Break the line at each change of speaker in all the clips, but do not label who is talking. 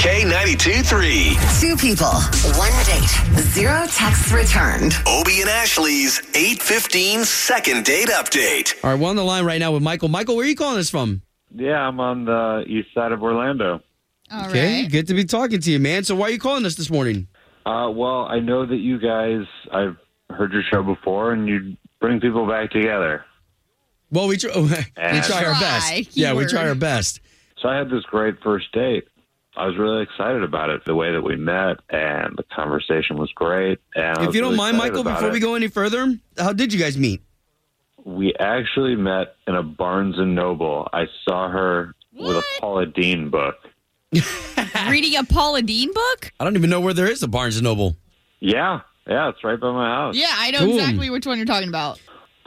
K92 3.
Two people, one date, zero texts returned.
Obie and Ashley's 815 second date update.
All right, we're on the line right now with Michael. Michael, where are you calling us from?
Yeah, I'm on the east side of Orlando.
All right.
Okay, good to be talking to you, man. So why are you calling us this morning?
Uh, well, I know that you guys, I've heard your show before, and you bring people back together.
Well, we, tr- we
And-
try our
Try,
best. Yeah, we
keyword.
try our best.
So I had this great first date. I was really excited about it, the way that we met, and the conversation was great. And I
If
was
you don't
really
mind,
excited
Michael,
about
before
it.
we go any further, how did you guys meet?
we actually met in a Barnes and Noble. I saw her with a
What?
Paula Dean book.
Reading a Paula Dean book?
I don't even know where there is a Barnes and Noble.
Yeah, yeah, it's right by my house.
Yeah, I know
Boom.
exactly which one you're talking about.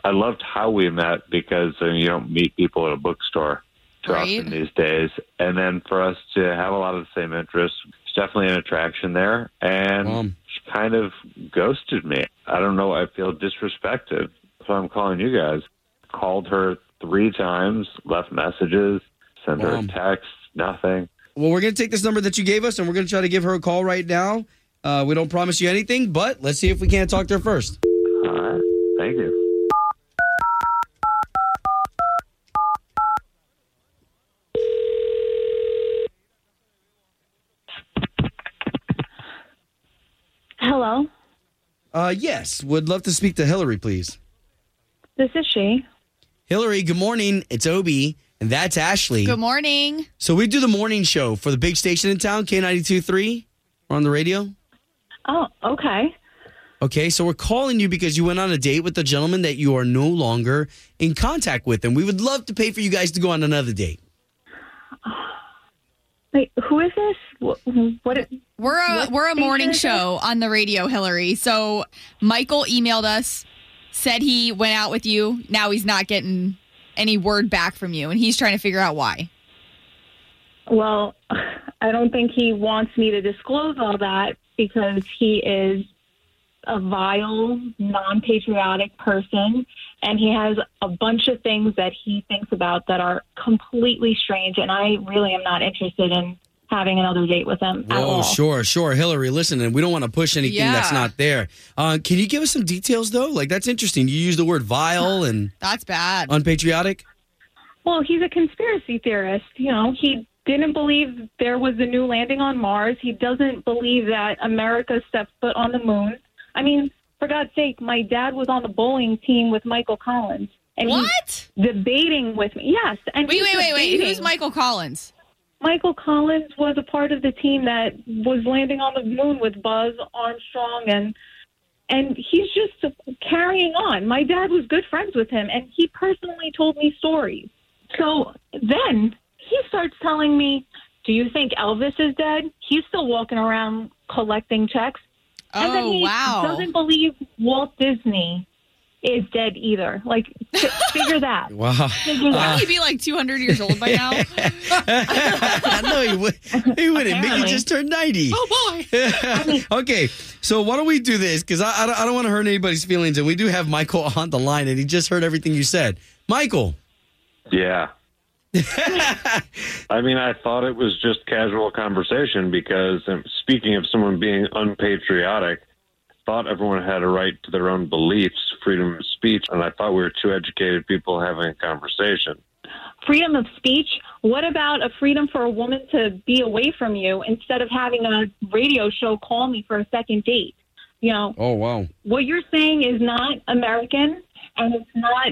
I loved how we met because I mean, you don't meet people at a bookstore too
Right.
often these days. And then for us to have a lot of the same interests, it's definitely an attraction there. And
Um.
she kind of ghosted me. I don't know. I feel disrespected. So I'm calling you guys. Called her three times, left messages, sent her
Um.
a text, nothing.
Well, we're going to take this number that you gave us and we're going to try to give her a call right now. Uh, we don't promise you anything, but let's see if we can't talk to her first.
All right. Thank you.
Hello,
Uh, yes, would love to speak to Hillary, please.
this is she.
Hillary, good morning. It's Obi, and that's Ashley.
Good morning.
So we do the morning show for the big station in town, K92.3. We're on the radio.
Oh, okay.
Okay, so we're calling you because you went on a date with a gentleman that you are no longer in contact with, and we would love to pay for you guys to go on another date.
Wait, who is this? What? what
We're a
What
we're a
station
morning
is
show on the radio, Hillary. So Michael emailed us, said he went out with you. Now he's not getting any word back from you, and he's trying to figure out why.
well, I don't think he wants me to disclose all that because he is a vile, non-patriotic person, and he has a bunch of things that he thinks about that are completely strange. And I really am not interested in having another date with him at all.
Oh, sure, sure, Hillary. Listen, and we don't want to push anything that's
Yeah.
not there. Uh, can you give us some details though? Like that's interesting. You use the word vile and
That's bad.
unpatriotic.
Well, he's a conspiracy theorist. You know, he didn't believe there was a new landing on Mars. He doesn't believe that America stepped foot on the moon. I mean, for God's sake, my dad was on the bowling team with Michael Collins, and
what?
he's debating with me. Yes, and
Wait,
he's
wait, wait, wait.
debating.
Who's Michael Collins?
Michael Collins was a part of the team that was landing on the moon with Buzz Armstrong and and he's just carrying on. My dad was good friends with him and he personally told me stories. So then he starts telling me, "Do you think Elvis is dead? He's still walking around collecting checks." and then
Oh
he
wow.
doesn't believe Walt Disney is dead either. Like f- figure that.
Wow.
Figure that.
Wouldn't he be like 200 years old by now?
no, he, would, he wouldn't. Mickey
Apparently.
just turned ninety.
oh boy.
okay, so why don't we do this? Because I, I don't, I don't want to hurt anybody's feelings, and we do have Michael on the line, and he just heard everything you said. Michael,
Yeah. I mean, I thought it was just casual conversation because um, speaking of someone being unpatriotic, thought everyone had a right to their own beliefs, freedom of speech, and I thought we were two educated people having a conversation.
freedom of speech. What about a freedom for a woman to be away from you instead of having a radio show call me for a second date? You know,
oh wow,
what you're saying is not American and it's not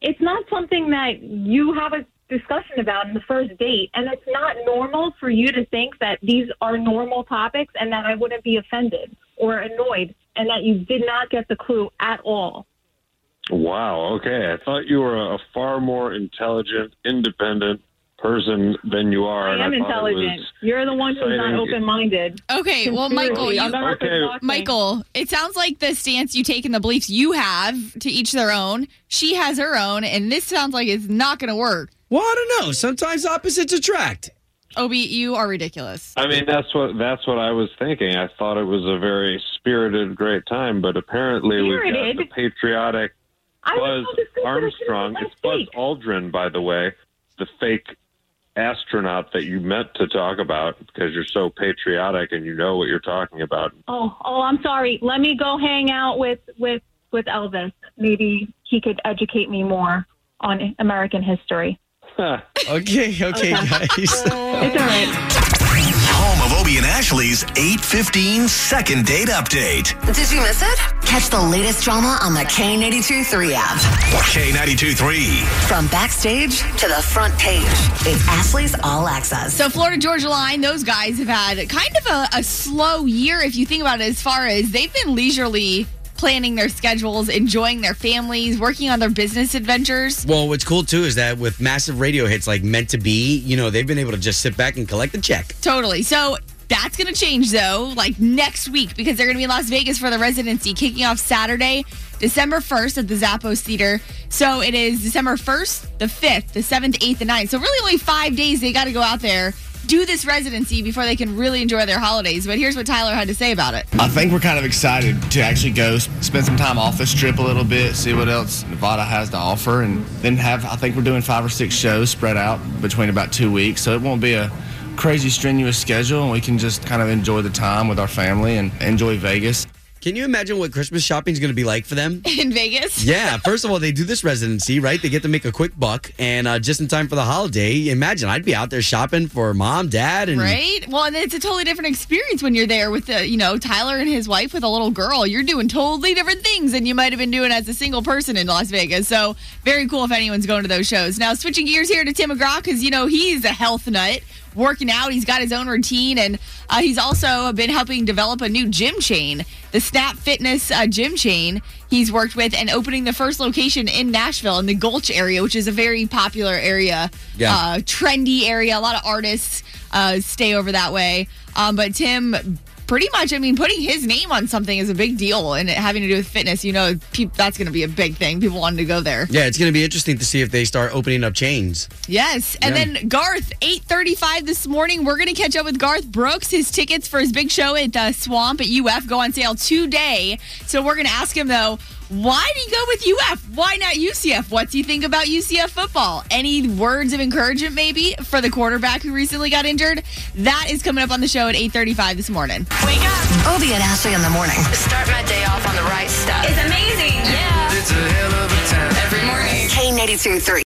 it's not something that you have a discussion about in the first date and it's not normal for you to think that these are normal topics and that I wouldn't be offended or annoyed and that you did not get the clue at all.
Wow. Okay. I thought you were a far more intelligent, independent, person than you are.
I
and
am
thought it was-
intelligent. You're the one who's not
exciting.
open minded.
Okay, well, Michael, you,
I'm not
Okay.
open talking.
Michael, it sounds like the stance you take and the beliefs you have to each their own. She has her own, and this sounds like it's not going to work.
Well, I don't know. Sometimes opposites attract.
Obi, you are ridiculous.
I mean, that's what that's what I was thinking. I thought it was a very spirited, great time, but apparently
Spirited?
we've got the patriotic
I was
Buzz
told this thing
Armstrong.
last
It's Buzz
week.
Aldrin, by the way, the fake astronaut that you meant to talk about because you're so patriotic and you know what you're talking about.
Oh, oh, I'm sorry. Let me go hang out with with with Elvis. Maybe he could educate me more on American history.
Okay, okay, guys.
It's all right.
Home of Obie and Ashley's 815 second date update.
Did you miss it? Catch the latest drama on the K82 3 app.
K92 3.
From backstage to the front page, it's Ashley's All Access.
So, Florida Georgia Line, those guys have had kind of a, a slow year if you think about it, as far as they've been leisurely planning their schedules, enjoying their families, working on their business adventures.
well, what's cool too is that with massive radio hits like Meant to Be, you know, they've been able to just sit back and collect the check.
Totally. So, that's going to change though, like next week, because they're going to be in Las Vegas for the residency, kicking off Saturday, December 1st at the Zappos Theater. So, it is December 1st, the 5th, the 7th, 8th, and 9th. So, really only five days they got to go out there. Do this residency before they can really enjoy their holidays. But here's what Tyler had to say about it.
I think we're kind of excited to actually go s- spend some time off this trip a little bit, see what else Nevada has to offer, and then have. I think we're doing five or six shows spread out between about two weeks, so it won't be a crazy strenuous schedule, and we can just kind of enjoy the time with our family and enjoy Vegas.
Can you imagine what Christmas shopping is going to be like for them?
in Vegas.
Yeah, first of all, they do this residency, right? They get to make a quick buck, and uh, just in time for the holiday. Imagine I'd be out there shopping for mom, dad, and
Right? Well, and it's a totally different experience when you're there with the, you know, Tyler and his wife with a little girl. You're doing totally different things than you might have been doing as a single person in Las Vegas. So, very cool if anyone's going to those shows. Now, switching gears here to Tim McGraw because you know he's a health nut, working out. He's got his own routine, and uh, he's also been helping develop a new gym chain, the Snap Fitness uh, gym chain. He's worked with and opening the first location in Nashville in the Gulch area, which is a very popular area
Yeah.
uh, trendy area. A lot of artists uh, stay over that way. Um, but Tim, pretty much, I mean, putting his name on something is a big deal, and it having to do with fitness, you know, peop that's going to be a big thing. People wanting to go there.
yeah, it's going to be interesting to see if they start opening up chains.
Yes, and
Yeah.
then Garth, eight thirty-five this morning. We're going to catch up with Garth Brooks. His tickets for his big show at the Swamp at UF go on sale today. So we're going to ask him though. Why did he go with UF? Why not UCF? What's he think about UCF football? Any words of encouragement maybe for the quarterback who recently got injured? That is coming up on the show at 8:35 this morning.
Wake up.
Obie and Ashley in the morning.
Start my day off on the right stuff. It's amazing. Yeah. It's a hell of a time. Every morning.
K82 3.